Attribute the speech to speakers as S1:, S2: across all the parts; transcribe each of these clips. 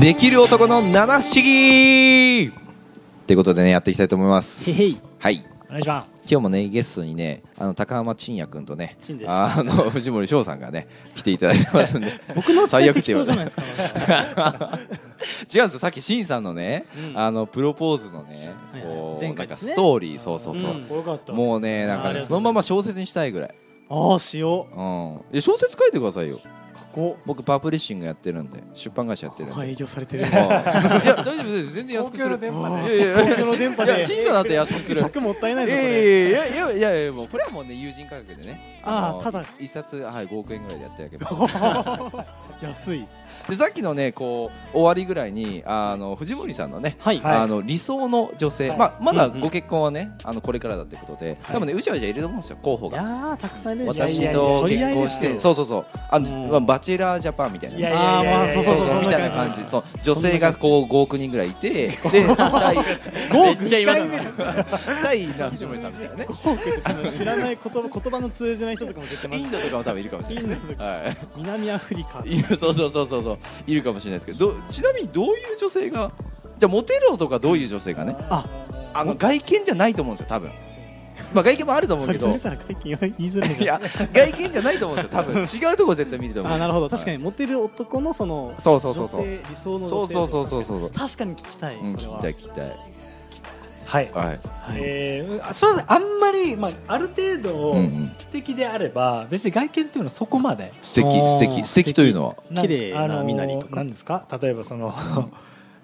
S1: できる男の七不思議ってことでねやっていきたいと思います
S2: へいへい
S1: はい
S2: お願いします
S1: 今日もねゲストにねあの高浜真也君とね
S2: 陳です
S1: あ の藤森翔さんがね来ていただいてますんで
S3: 僕の伝
S1: 最
S3: え
S1: 悪って
S3: 適
S1: 言われ
S3: 当じゃないです か。
S1: 違うんですよさっき真さんのね、あのプロポーズのね
S2: はいはい
S1: こう
S3: 前
S1: なん
S3: 回
S1: か
S3: です
S1: ス
S3: ね
S1: トーリーそうそうそう
S2: うん、よかった
S1: もうねなんか
S2: あ
S1: ね
S2: りがとうございます
S1: そのまま小説にしたいぐらい、
S3: ああ、しよ
S1: うん、いや小説書いてくださいよ
S3: う。加工。
S1: 僕パブリッシングやってるんで出版会社やってるんで、
S3: あ営業さ れてる。
S1: いや大丈夫です全然安くする
S3: 電波
S1: いやいや
S3: 東京の電波
S1: いや
S3: で。
S1: 審査だって安くする
S3: 尺もったいない
S1: い
S3: ぞ、こ
S1: や
S3: れ。
S1: いやいやいやいやいやもうこれはもうね友人価格でね
S3: あー
S1: の
S3: ただ
S1: 一冊はい5億円ぐらいでやってるけど
S3: 安い。
S1: でさっきのねこう終わりぐらいにあの藤森さんのね
S3: はい。
S2: はい
S1: あの理想の女性、
S3: はい
S1: まあ、まだ
S2: うんうん
S1: ご結婚はね、あのこれからだってことで、多分ねうじゃうじゃいると思うんですよ候補
S3: い
S1: が
S3: やー、たくさんいるでしょ
S2: いや
S1: 私
S2: いや
S1: と
S3: 取
S1: 結
S3: り合い
S1: 婚
S3: で
S1: し
S3: す
S1: て
S3: よ。
S1: そうそうそうあの、
S2: うん
S1: まあバチェラージャパンみたいない
S2: やい
S3: あ
S2: や
S3: あ
S2: いや
S3: まあそうそうそうそん
S1: み
S3: な
S1: たいな
S3: 感じ
S1: 感じそう女性がこう5億人ぐらいいてで第
S3: 5
S2: め
S3: 億
S2: っちゃいます
S3: 使い目ですよ
S1: 第な藤森さんみたいなね
S3: あの知らない言葉言葉の通じない人とかも絶対マ
S1: イ
S3: ジ
S1: ン
S3: で
S1: ドとかも多分いるかもしれない
S3: インドとか
S1: はい
S3: 南アフリカ
S1: いるそうそうそうそうそういるかもしれないですけどどちなみにどういう女性がじゃあモテる男はどういう女性がね
S3: あ
S1: あの外見じゃないと思うんですよ多分まあ外見もあると思う
S3: そ
S1: け
S3: れ触
S1: ど
S3: れたら会見言いづらい
S1: い
S3: じゃん
S1: や外見じゃないと思うんですよ多分違うとこ絶対見ると思う
S3: あなるほど確か
S1: に
S3: にモテる男のその
S1: そうそうそうそう
S3: 女性理想の女性
S1: そうそうそうそう
S3: う
S1: そう
S3: 確かに聞きたい
S1: うん
S3: これ
S1: 聞
S3: は
S1: きたい聞きたい
S2: はい、
S1: はい
S2: えーあそうですあんまり、まあ、ある程
S1: うんう
S2: 度
S1: ん
S2: 素敵であれば、別に外見っていうのはそこまで
S1: 素敵
S3: あー
S1: 素敵素敵というのは
S2: ん
S3: 綺麗な
S2: あのー
S3: 身なりとか
S2: なんですか例えばその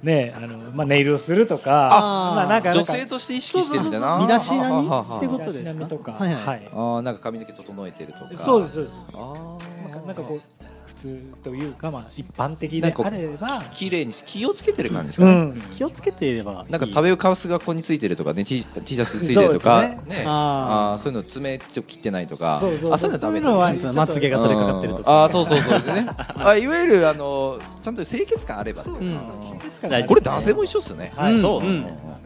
S2: ねあの、まあ、ネイルをするとか
S3: あー
S2: まあ、なんか
S1: 女性として意識してるみたいな
S3: 身だしなみ
S1: はははは
S3: ってことですか
S2: 身だしなみとか
S3: はいはい
S2: はい
S1: ああなんか髪の毛整えてるとか
S2: そうですそうです
S1: あ
S2: まあ
S1: あ
S2: なんかこう普通というかまあ一般的であれば
S1: 綺麗に気をつけてる感じですか
S2: う
S1: ね、
S2: ん
S3: 気をつけていればいい
S1: なんか食べかすがここについてるとかね T, T シャツついてるとか
S2: そう
S1: ね
S2: です
S3: あ
S1: あーそういうの爪ちょっと切ってないとか
S2: そうそうそう
S1: あそういうのダメだ
S2: そういうのは
S3: あとまつげが取れかかってるとか
S1: ああーそうそうそう ですねあいわゆるあのちゃんと清潔感あれば
S2: そうそう
S3: うん
S2: そう
S1: これ男性も一緒っすよね、
S2: はい
S3: そう
S2: う
S1: うん
S2: ん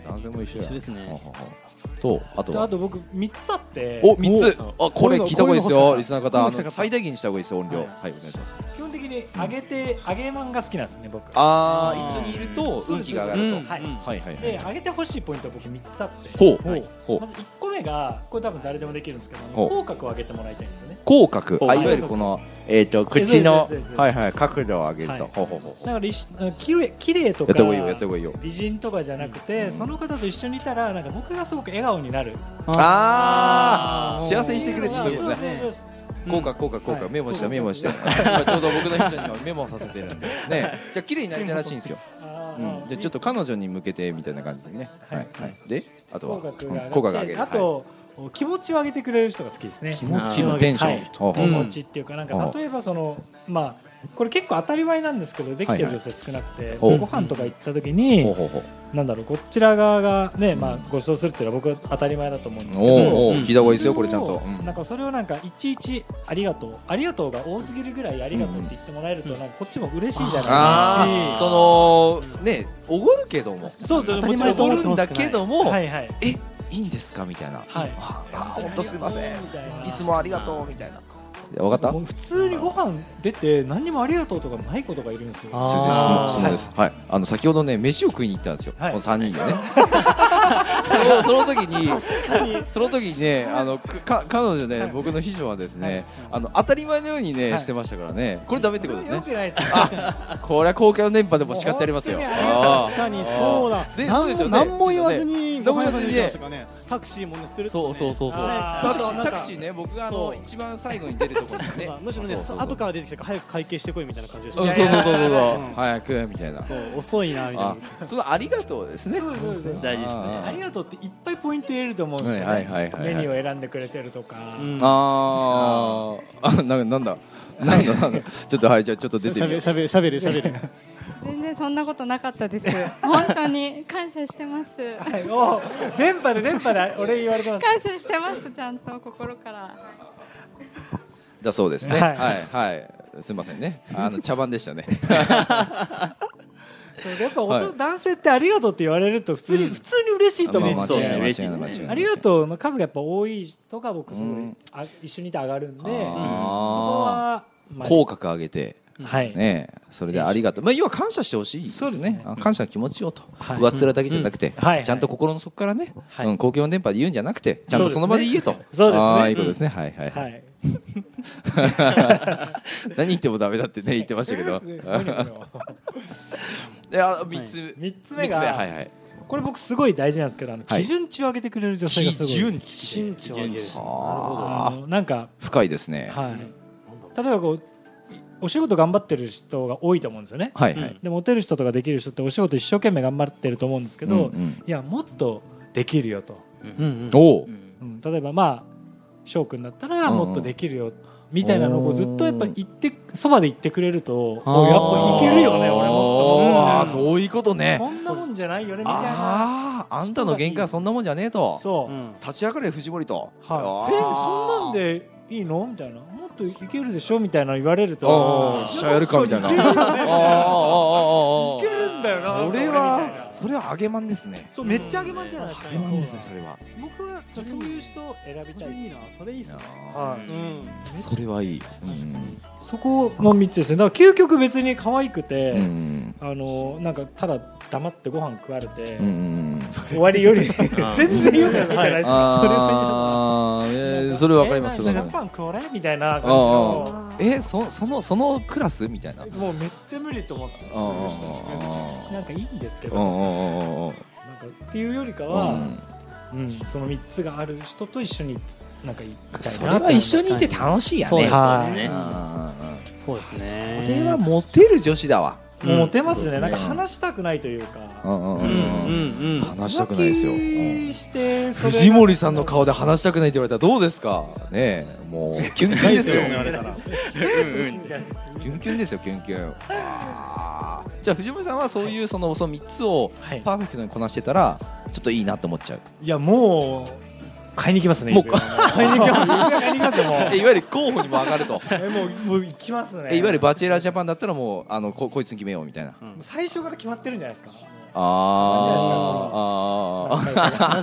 S1: 男性も一緒や
S3: 一緒ですね
S1: ほうほうほうとあと
S2: であ
S1: は
S2: と僕三つあって
S1: お三つあこれ
S3: こういうの
S1: 聞いた方がいいです
S3: こういうの欲しかっ
S1: よ
S3: た
S1: リスナーの方あ
S3: こういうの欲しか
S1: の
S3: った
S1: 最大限にした方がいいですよ音量は
S3: はい
S1: い、お願いします
S2: 基本的に揚げて揚げマンが好きなんですね僕
S1: あ
S3: あ
S1: あ
S3: ー
S1: 一緒にいると運気が上が
S2: う
S1: ると、
S2: んはい
S1: はいはいはい
S2: で揚げてほしいポイントは僕三つあって
S1: ほうほう
S2: まず一個目がこれ多分誰でもできるんですけど
S1: ほう
S2: 口角を上げてもらいたいんですよね
S1: 口角あ
S3: はいい
S1: わゆるこのえっ、と口の
S2: そうですそうですそうです
S1: はいはい角度を上げると、
S2: はい
S1: ほうほうほうほう
S2: だから一緒あのきれいきれいと
S1: や
S2: か
S1: った方がいいよやった方がいいよ
S2: 美人とかじゃなくて、
S1: うん
S2: その方と一緒にいたらなんか僕がすごく笑顔になる
S1: あ
S3: あ
S1: ー
S3: ー
S1: 幸せにしてくれてそういうこと
S2: そう
S1: ね
S2: そうそう
S1: 効果効果効果
S2: はい
S1: メモした
S2: 効果
S1: メモ した今ちょうど僕の人にはメモさせてるんでねじゃあ綺麗になりたいらしいんですよ
S2: あ
S1: う
S2: ー
S1: んじゃあちょっと彼女に向けてみたいな感じでねはい
S2: はい
S1: はいであとは
S2: 口角が
S1: う
S2: 上がっ
S1: ん
S2: て
S1: 効果が上げる
S2: あと、気持ちを上げてくれる人が好きですね
S3: 気
S1: はい
S3: 持ちを
S1: テ
S3: 上げ
S1: ン
S3: る
S1: ション
S2: はい
S1: ほうほ
S2: 気
S1: うほう
S2: 持ちっていうかなん
S1: うん
S2: か例えばそのまあこれ結構当たり前なんですけどできてる女性少なくて、
S1: ほう
S2: ご飯とか行った時
S1: ほう
S2: に、
S1: ほうほう
S2: なんだろうこちら側がね、
S1: ん
S2: まあご馳走するっていうのは僕は当たり前だと思うんですけど
S1: おうおう
S3: うん
S1: 聞いた方がいいですよこれちゃんとうん
S2: なんかそれをなんかいちいちありがとうありがとうが多すぎるぐらいありがとうって言ってもらえると
S3: うん
S2: なんかこっちも嬉しいじゃ
S1: あ
S2: ない
S1: ー
S2: ですか
S1: そのねおごるけども
S2: そうそ
S3: 当
S2: う
S3: た
S2: も
S3: り
S2: ち
S1: お
S3: 前
S2: ろん
S3: と
S1: ご
S3: 思
S1: る
S3: って
S1: ん
S3: ほしくな
S1: だ
S3: い
S1: けども
S2: はいはい
S1: えいいんですかみたいな
S2: はい
S1: あー本当すいません
S2: みたいない
S1: つもありがとうみたいな分かった
S2: もう普通にご飯出て何にもありがとうとかない子とかいるんですよ
S3: あー
S1: 先生質問質問
S2: はい
S1: です。はい、あの先ほどね、飯を食いに行ったんですよ。
S2: はい
S1: この三人で ね。そのその時に、
S3: 確かに
S1: その時にね、あのかか彼女ね、
S2: はい
S1: 僕の秘書はです
S2: はい
S1: ね、あの当たり前のようにね、
S2: はい
S1: してましたからね。これダメってことです
S2: よ
S1: ね。
S2: くないですよ
S1: これは公共の電波でも叱ってありますよ。
S2: もう本当
S1: あ
S3: 確か
S2: にありま
S3: にそうだ
S1: でそう
S3: 何
S1: ですよ
S3: も
S1: ね
S3: 何も言わずに
S1: 何
S3: ご
S1: も言
S3: 飯屋
S1: わ
S3: さ
S1: ず
S3: ん
S1: に
S3: に
S1: ね
S3: 行きましたからねタクシーもねす
S1: ー
S3: る
S1: そうそうそうそう。
S2: あー
S1: タクシ
S3: ちょっ
S1: ー
S3: となんか
S1: タクシーね、僕があ
S3: そ
S1: の
S3: う
S1: 一番最後に出るところですね。
S3: むしろね
S1: そうそうそう
S3: 後から出てきたから早く会計してこいみたいな感じでし
S1: うん
S3: た
S1: そうそうそうそう
S3: う
S1: そ
S3: ん
S1: う。早くみたいな。
S3: そう遅いなみたい
S1: あ
S3: な、
S1: そのありがとうですね。
S2: そうそうそう
S4: 大事ですね
S1: あ
S2: あ
S1: ー
S2: りがとうっていっぱいポイント言えると思うんですよ
S1: はいはいはいは
S2: ね
S1: いはい
S2: メニューを選んでくれてるとか
S3: うん
S1: あーあ、なんかなんだ、なんだ、なんだ、ちょっとはい、じゃあちょっと出て
S3: しゃ
S1: みよ
S3: べ
S1: う
S3: し。ゃべしゃべるしゃべる
S5: 全然そんなことなかったです。本当に感謝してます。
S2: はいお電波で電波で俺言われてます
S5: 感謝してます。ちゃんと心から。
S1: だそうですね。は
S2: はいい
S1: はい。すみませんね。あの茶番でしたね。
S2: やっぱ
S1: はい
S2: 男男性ってありがとうって言われると普通に普通に嬉しいと思うんです
S4: そう
S2: よ
S4: ですね
S1: 間違いない
S4: 嬉しいですね
S1: 間違な
S2: ありがとうの数がやっぱ多い人が僕すご
S1: う
S2: い
S1: ん
S2: あ一緒にいて上がるんでそ
S1: あー
S2: こはまあ
S1: 口角上げて。
S2: はい、
S1: ねえ、それでありがとう、まあ、要は感謝してほしいです
S2: そうです
S1: ね
S2: ね
S1: あ感謝の気持ちをと、
S2: はい
S1: 上っ面だけじゃなくて、
S2: うんはいはい
S1: ちゃんと心の底からね、
S2: はい
S1: うん、公共の電波で言うんじゃなくて、ちゃんとその場で言えと、
S2: そうですねそうですね
S1: ああいいことですね、はいはい、
S2: は
S1: はい、
S2: い、
S1: 何言ってもだめだってね、言ってましたけ ど、
S2: ね無理無理無理
S1: いや3つ、
S2: はい三つ目が
S1: 三はいはい、
S2: これ僕すごい大事なんですけどあの、
S1: はい
S2: 基準値を上げてくれる女性がすごい
S3: 身長上げるなる
S2: あ
S1: あ
S2: のなんか、
S1: 深いですね、は
S2: はい、
S3: ほど
S2: 例えばこうお仕事頑張ってる人が多いと思うんですよね、
S1: いは
S3: う
S1: い、
S2: でモテる人とかできる人ってお仕事一生懸命頑張ってると思うんですけ
S1: う
S2: ど、
S1: んうん
S2: いやもっとできるよと、
S3: うんうん
S1: おう
S2: うん、例えばまあ翔くんだったら
S1: うんうん
S2: もっとできるよ、みたいなのをこうずっとやっぱ言ってそばで言ってくれると
S3: あー
S2: おやっぱいけるよね俺
S1: あ
S2: も
S1: あ
S2: っと
S1: そういうことね
S2: こんなもんじゃないよねみたいな
S1: あああんたの限界はそんなもんじゃねえと
S2: そう、
S1: 立ち上がれ藤森と
S2: はい、えそんなんでいいのみたいなもっといけるでしょみたいな言われると
S1: ああ
S2: い
S1: しちゃやるかみたいなああ
S2: 確
S1: あ
S2: かにいけるよ
S1: あ
S2: ね
S1: あああ
S2: いけるんだよな
S1: それ
S2: みたい
S1: は
S2: な
S1: それは揚げまんですね
S2: そうめっちゃあげまんじゃないですか
S1: 揚げまんですねそれは
S2: 僕はそういう人を選びたい
S3: いいなそれいいっすねう
S2: はい、
S3: ん
S1: それはいい
S2: そこの3つですねだから究極別に可愛くて、
S1: うんうん
S2: あのなんかただ黙ってご飯食われて、
S1: うんうん
S2: 終わり より全然よくないじゃないですか、
S1: ああえーそれわかります
S2: え
S1: そ
S2: な
S1: れ
S2: ん
S1: わかりま
S2: かジャパン食われみたいな感じ
S1: すあ
S2: の
S1: あえそそのそのクラスみたいな
S2: もうめっちゃ無理と思ってるそういう人に
S1: あ
S2: なんかいいんですけ
S1: あう
S2: ど、
S1: んうんうんうん
S2: なんかっていうよりか
S1: う
S2: は、
S1: ん
S2: うん、その3つがある人と一緒になんかいたいな
S1: それは一緒にいて楽しいやね
S3: そうです
S2: は
S3: ね
S2: い
S1: ああ
S3: そうです
S1: こ
S3: ね
S1: れはモテる女子だわ
S2: もうモテますね,、
S1: うん
S2: なんか話したくないという
S1: うん
S2: か、
S1: うん
S3: うんうんうん
S1: 話したくないですよ、
S2: 浮気してそれが
S1: 藤森さんの顔で話したくないって言われたらどうですかねえもうキュンキュンですよ
S3: そう言われたら
S1: キュンキュンですよキュンキュンあーじゃあ藤森さんはそういうそのその3つを
S2: はい
S1: パーフェクトにこなしてたらちょっといいなと思っちゃう、
S2: いやもう買いに行きますね
S1: もう
S2: 指輪買いに行きます買いに行きますよもう
S1: えいわゆる候補にも上がると
S2: えもうもう行きますね
S1: えいわゆるバチェラージャパンだったらもうあのここいつに決めようみたいな
S3: うん
S2: 最初から決まってるんじゃないですか
S1: あーあー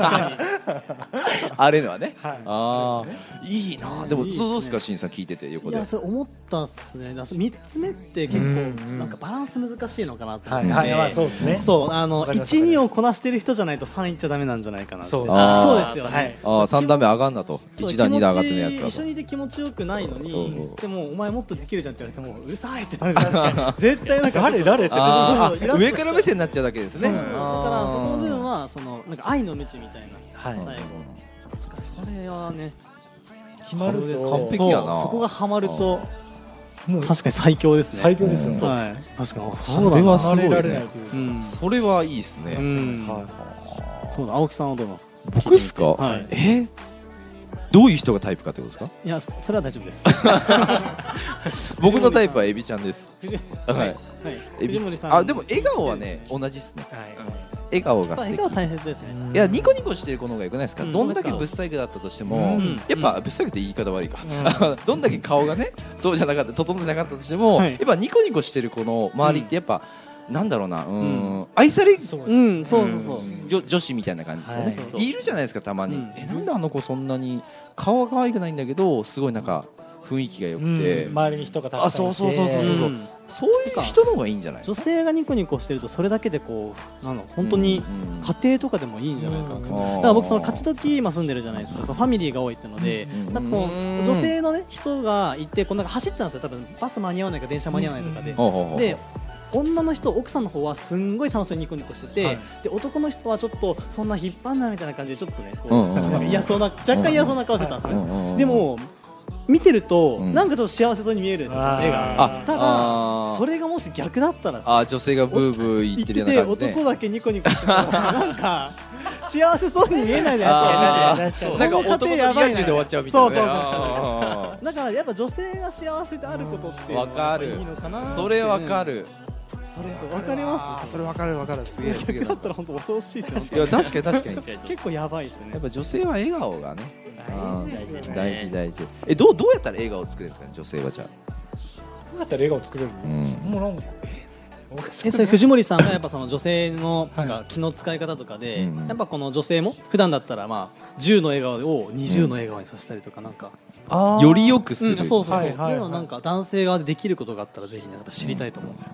S1: あーあれのはね
S2: はい
S1: ああいいなでもそうですかしんさん聞いてて横
S3: い
S1: で
S3: やそれ思ったっすねだからそれ3つ目って結構
S2: うん
S3: なんかバランス難しいのかなと思
S2: は
S3: っ
S2: い、
S3: て、
S2: はいまあそうですね
S3: そうあ
S2: わ
S3: の
S2: かりますわかり
S3: 12
S2: ます
S3: をこなしてる人じゃないと3いっちゃダメなんじゃないかなって
S2: そう
S1: あー
S3: そうですよね、
S2: はい
S1: ああ三段目上がんなと
S3: そう
S1: 一段二段上がって
S3: 気
S1: ねや
S3: 持ち
S1: つだ
S3: 一緒
S1: と
S3: にいて気持ちよくないの
S1: そう
S3: に
S1: そう
S3: でもお前もっとできるじゃんって言われてもううるさいってなるじゃないですか絶対なんか
S2: 誰誰って
S1: あ
S3: そうそ
S1: ー
S3: うそうイラ
S1: あ
S3: ッと
S1: 上から目線になっちゃうだけですね
S3: そうだからそこの部分
S1: は
S3: はそのなんか愛の道みたいな
S2: は
S3: 最
S2: い
S3: 後そっかそれはね
S2: 決まると
S1: 完璧やな
S3: そうそこがハマると
S2: もう
S3: 確かに最強ですね
S2: 最強ですよね、
S1: うん
S2: そう
S3: はい確かにあそう
S1: そ
S3: だ
S1: れ
S3: な
S1: はすごい
S2: 離れられない
S1: ね
S2: という、
S3: うん
S1: それはいいですね、
S3: うん
S2: は
S3: そうだ青木さんはどうなんですか
S1: 僕ですか、
S3: はい
S1: えどういう人がタイプかってことですか
S3: いやそそれは大丈夫 です
S1: 僕のタイプはエビちゃんですは
S3: はいいはい
S1: エビ
S3: 藤森さん
S1: あでも笑顔はね同じですね
S2: いはい
S1: 笑顔が素
S3: 笑
S1: 敵
S3: 顔大切ですね
S1: いやニコニコしてる子の方がよくないですか、
S3: うん
S1: どんだけぶっ細工だったとしても、
S2: うん
S1: やっぱぶっ細工って言い方悪いか、どんだけ顔がねそうじゃなかった整ってなかったとしても、
S3: はい
S1: やっぱニコニコしてる子の周りってやっぱ、なんだろうなうーん、愛される
S2: そう
S3: うんそうそうそう
S1: 女女子みたいな感じですよね、
S3: はい
S1: い、るじゃないですかたまに、
S3: うん
S1: えなんであの子そんなに顔は可愛くないんだけどすごいなんか雰囲気が良くて、
S2: うん周りに人がたくさんいて
S1: あそうそうそうそうそう
S3: うん
S1: そういう人の方がいいんじゃないで
S3: 女
S1: すか
S3: 性がニコニコしてるとそれだけでこうなの本当に
S1: うんうん
S3: 家庭とかでもいいんじゃないかなと、
S1: うん
S3: だから僕その勝ち時今住んでるじゃないですかそのファミリーが多いってので、
S1: うん
S3: なんかこう
S1: うん
S3: 女性のね人がいてこうなんか走ってたんですよ多分バス間に合わないか電車間に合わないとかで、
S1: ほうほうほう
S3: で女の人奥さんの方はすんごい楽しそうにニコニコしてて、
S2: はい
S3: で男の人はちょっとそんな引っ張んないみたいな感じでちょっとねこう、
S1: うんうんうん
S3: なんか嫌そうな若干嫌そうな顔してたんですよ、
S1: うんうんうん
S3: でも見てると、
S1: うん
S3: なんかちょっと幸せそうに見えるんですよその絵が
S1: あ
S3: た
S1: あ
S3: だ
S1: ー
S3: それがもし逆だったらさ
S1: あ女性がブーブー言
S3: 言っ
S1: って
S3: て
S1: るよう
S3: て
S1: な感じで
S3: 男だけニコニコしてたらなん か幸せそうに見えないじゃ
S1: あー
S3: ないですか
S2: 確かに確かに
S1: なんか
S3: この
S1: 男の
S3: 家
S1: リア
S3: 庭やばいな
S1: 充で終わっちゃうみたいなね
S3: そうそうそう
S1: あ
S3: だからやっぱ女性が幸せであることって
S1: ー
S3: いうの
S1: わか
S3: がい
S1: る
S3: いのかなって
S1: それわかる
S3: それわかり
S1: あ
S3: ま
S1: ー
S3: す
S1: それわかるわかるすげえすげえ
S3: 逆だ
S1: な
S3: ったら本当恐ろしいです
S1: い
S3: よ
S1: や確かに確かに
S3: 結構やばいですね
S1: やっぱ女性は笑顔がね
S3: 大事ですよね
S1: 大事大事えどうどうやったら笑顔を作れるんですかね女性はじゃあ
S2: どうやったら笑顔作れるの、
S1: うん
S2: もうなんか
S3: えそれ藤森さんがやっぱその女性のなんか気の使い方とかで、
S1: うんうん
S3: やっぱこの女性も普段だったらまあ10の笑顔を20の笑顔にさせたりとかなんか
S2: あー
S1: より良くする、
S3: うん、そうそうそう、
S2: はいはいはい
S3: 要はなんか男性側でできることがあったらぜひねやっぱ知りたいと思うんですよ、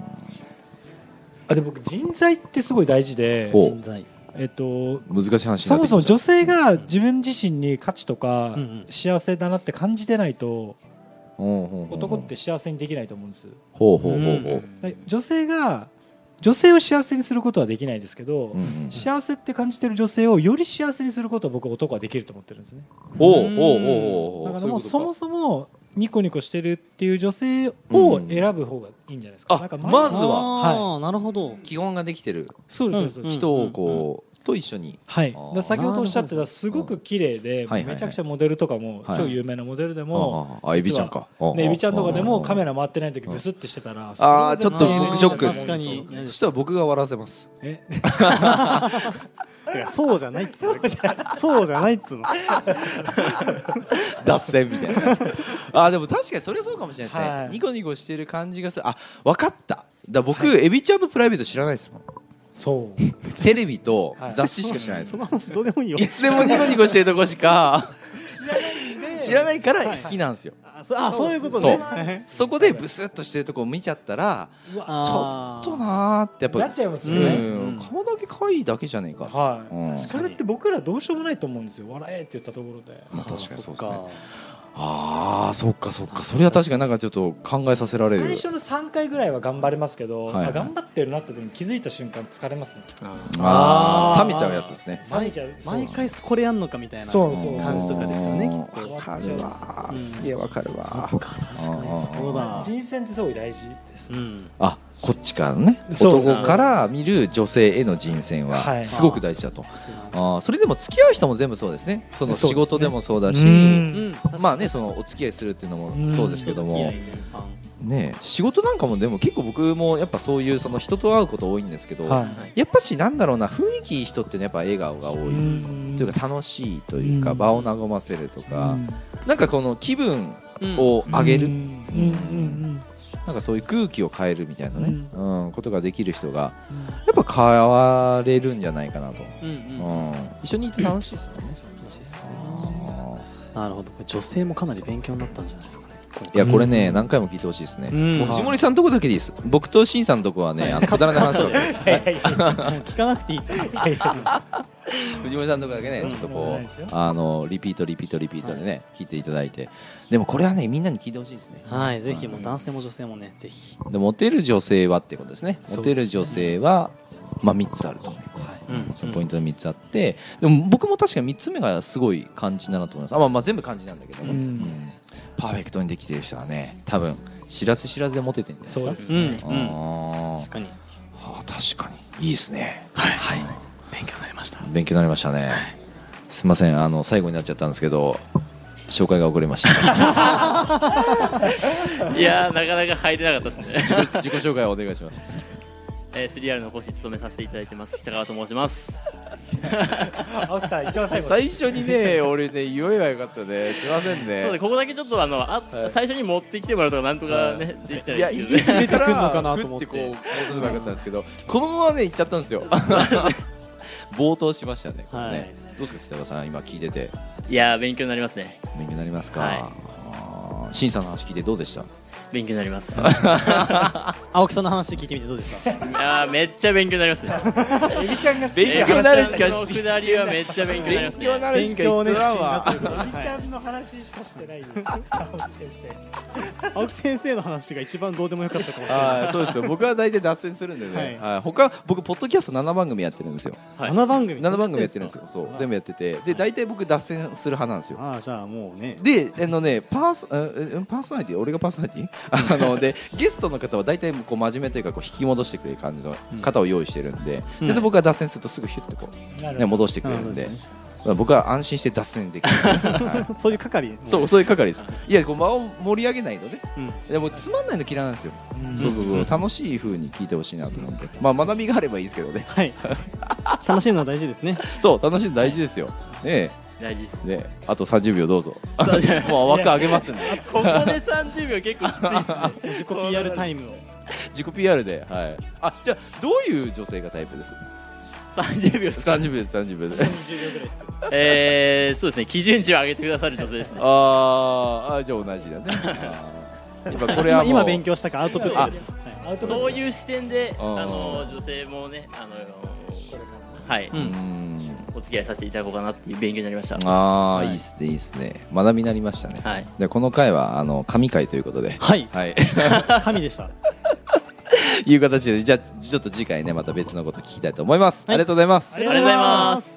S2: あで僕人材ってすごい大事で
S1: ほう、
S3: 人材
S2: えっと、
S1: 難しい話に
S2: そ
S1: なっ
S2: も
S1: てきた
S2: そも女性が自分自身に価値とか
S3: うんうん
S2: 幸せだなって感じてないと
S1: うんうんうん
S2: 男って幸せにできないと思うんです
S1: ほうほうほうほう、
S2: だから女性が女性を幸せにすることはできないですけど、
S1: うんうん
S2: 幸せって感じてる女性をより幸せにすることは僕は男はできると思ってるんですね
S1: ほうほうほうほうほ
S2: だ
S1: う
S2: から
S1: い
S2: もう
S1: こと
S2: そもそもニコニコしてるっていう女性を選ぶ方がいいんじゃないですか,、
S1: うん
S2: なんか
S1: あまずは
S3: ああ、なるほど
S1: 基本ができてる
S2: そうですそうです、
S3: うん
S1: 人をこう、と一緒に
S2: はい、だ
S1: あー
S2: から先ほどおっしゃってたすごく綺麗で、
S1: んはいはいはい
S2: めちゃくちゃモデルとかも、
S1: はい
S2: 超有名なモデルでも、
S1: あああエビちゃんか
S2: ね、エビちゃんとかでもカメ
S1: ラ
S2: ラ回ってない時ブスってしてたら、それ
S1: あ
S2: は
S1: あちょ
S2: 全
S1: っ
S2: 然
S1: と
S2: 芸能
S1: 僕
S2: 人
S1: ショック
S2: だ
S1: です
S2: と思うん
S3: 確かに
S1: そしたら僕が笑わせます
S2: え
S3: いやそうじゃないっつうのそうじゃないっつうの
S1: 脱線みたいな あーでも確かにそれはそうかもしれないですね、
S2: はい
S1: ニコニコしてる感じがするあ分かっただから僕、エビちゃんのプライベート知らないですもん
S2: そう
S1: テレビと
S2: はい
S1: 雑誌しか知らないです、
S3: の話どうでもいいよ
S1: い、つでもニコニコしてるとこしか知らないから好きなんですよ、
S3: あそあそういうこと
S1: そう
S3: ねはい
S1: そこでブスッとしてるとこを見ちゃったら
S2: うわ
S1: ちょ
S3: あー
S1: っとなーってやっぱ
S2: なっちゃいます
S1: う
S2: よね、
S1: ん顔だけ可愛いだけじゃねえかと、
S2: はい、
S1: うん
S2: それって僕らどうしようもないと思うんですよ笑えって言ったところで
S1: まあ、確かに
S3: あ
S1: そ
S3: そうっ
S1: ですね
S3: か
S1: ああそっかそっかそれは確かになんかちょっと考えさせられる
S2: 最初の3回ぐらいは頑張れますけど、
S1: はいはい
S2: あ頑張ってるなって時に気づいた瞬間疲れますね
S1: ああ
S3: あー
S1: 冷めちゃうやつですね
S2: 冷めちゃう
S3: 毎回これやんのかみたいな
S2: そうそう
S3: 感じとかですよねきっ
S2: うん
S3: と
S1: わかるわ
S3: うん
S1: すげえわかるわ
S3: そっか確かにそうだ
S2: 人選ってすごい大事です、
S3: うん
S1: あこっちからのね
S2: そうです
S1: 男から見る女性への人選
S2: は
S1: はいすごく大事だと、あーそれでも付き合う人も全部そうですねその
S2: そうですね
S1: 仕事でもそうだし
S2: うん
S3: うん
S1: まあねそのお付き合いするっていうの
S2: うん
S1: もそうですけど
S3: お
S1: も
S3: 付き合い全般
S1: ね仕事なんかもでも結構僕もやっぱそういうその人と会うこと多いんですけど、
S2: は
S1: やっぱしなんだろうな雰囲気いい人ってねやっぱ笑顔が多い
S2: い、うん
S1: というか楽しいというか
S2: うん
S1: 場を和ませるとか
S2: うん
S1: なんかこの気分
S3: うん
S1: を上げる
S2: うんうん
S1: なんかそういう空気を変えるみたいなね、うん、ことができる人が
S2: うんうん
S1: やっぱ変われるんじゃないかなと、
S3: うん
S1: う
S3: うん
S1: ん、一緒にいて楽しいですよね。
S3: 楽しいですねなるほどこれ女性もかなり勉強になったんじゃないですかね
S1: いやこれね、
S2: うん
S1: 何回も聞いてほしいですね、
S3: うん
S1: もう藤森さんのとこだけでいいです僕としんさんのとこはね、あのくだらない話と か
S2: いやいやいや
S3: 聞かなくていいから
S2: いやいや
S1: 藤森さんのとこだけねちょっと
S2: うん
S1: こ
S2: ないうですよ
S1: あのリピートリピートリピートでね、聞いていただいてでもこれはねみんなに聞いてほしいですね
S3: はいぜひもう男性も女性もねぜひ
S1: でモテる女性はってことですね
S2: そ
S1: モ
S2: うですね
S1: テる女性は、まあ、3つあると、
S3: うん
S1: そのポイントが3つあって、でも僕も確かに3つ目がすごい感じだなと思いますあ、まあ、まあ全部感じなんだけどね、
S2: うん
S1: うんパーフェクトにできてる人はね多分知らず知らずでモテてるんじゃ
S2: そう
S1: ない
S2: で
S1: ですすか
S3: うんうん
S1: あー
S3: 確かに
S1: あー確かにいいですね
S3: はい勉強になりました
S1: 勉強になりましたねすいませんあの最後になっちゃったんですけど紹介が遅れました
S4: いやーなかなか入れなかったですね、
S1: 自己紹介をお願いします
S4: えー、3R の講師務めさせていただいてます北川と申します
S2: 青木さん一番最後
S1: 最初にね俺ね言えばよかったねすいませんね
S4: そうでここだけちょっとあのあ、
S1: はい
S4: 最初に持ってきてもらうとかなんとかね、できた
S1: いや、
S4: らいい
S1: い
S4: ですけど
S1: つ出て
S4: ね
S1: くるの
S3: の
S1: かな
S3: かな
S1: と
S3: と
S1: 思
S3: 思
S1: っ
S3: って
S1: こ
S3: て
S1: う戻せばよかったんですけど、このままね行っちゃったんですよ。 冒頭しましたね。これね
S3: はい
S1: どうですか北川さん今聞いてて
S4: いやー勉強になりますね
S1: 勉強になりますか。
S4: はい
S1: あー審査の話聞いてどうでした。
S4: 勉強になりま すいや
S3: 青木さんの話聞いてみてどうでした
S4: ーめっちゃ勉強になりますね
S2: エビちゃんが好き
S1: 勉強になるしか
S4: エビちゃんのくだりはめっちゃ勉強になりますね
S1: な
S3: 勉強熱心だということで
S2: エビち
S3: は
S2: ゃ
S3: い
S2: んの話しかしてないです青木先生
S3: 青木先生の話が一番どうでもよかったかもしれない
S1: あーそうですよ僕は大体脱線するんでね、
S3: は
S1: はい、他僕ポッドキャスト7番組やってるんですよ
S4: はい
S3: 7番組
S1: 7番組やってるんです
S3: よ
S1: よそう全部やっててで大体僕脱線する派なんですよ
S3: ああじゃあもうね
S1: であのねパーソあえパーソナリティ俺がパーソナリティあのでゲストの方は大体こう真面目というかこう引き戻してくれる感じの方を用意してるんで、
S3: うん
S1: で僕が脱線するとすぐヒュッとこう、ね、
S2: なるほど
S1: 戻してくれるんで
S3: なるほ
S1: 僕は安心して脱線できる、はい
S3: そういう係
S1: そうそういう係ですいやこう場を盛り上げないのね
S3: うん
S1: でもつまんないの嫌いなんですよ、
S2: うん
S1: そうそうそう楽しい風に聞いてほしいなと思って、まあ、学びがあればいいですけどね
S3: はい楽しいのは大事ですね
S1: そう楽しいの大事ですよね
S4: 大事っす
S1: えねえあと30秒どうぞもう枠あげますんで
S4: ここで30秒結構きついっす ね
S3: 自己 PR タイムを
S1: 自己 PR で、はい、あじゃあどういう女性がタイプです
S4: 30秒ですか、
S1: 30秒です30秒です
S3: 10秒ぐらいです
S4: えー、そうですね基準値を上げてくださる女性ですね
S1: あーあじゃあ同じだねあーやっぱこれはも
S3: 今
S1: う
S3: 今勉強したからアウトプットです、はい
S2: アウトプッ
S4: そ
S2: ト
S4: ういう視点で
S1: あ
S4: あ
S1: ー
S4: の女性もねあの
S2: これから
S4: はい、
S3: う
S1: うんん
S4: お付き合いさせていただこうかなっていう勉強になりました
S1: ああ、
S3: はい
S1: い、いっすねいいっすね学びになりましたね、
S4: はい
S1: じゃあこの回はあの神回ということで
S3: はい
S1: はい
S3: 神でした
S1: いう形でじゃあちょっと次回ねまた別のこと聞きたいと思います、
S3: はい
S1: ありがとうございます
S4: ありがとうございます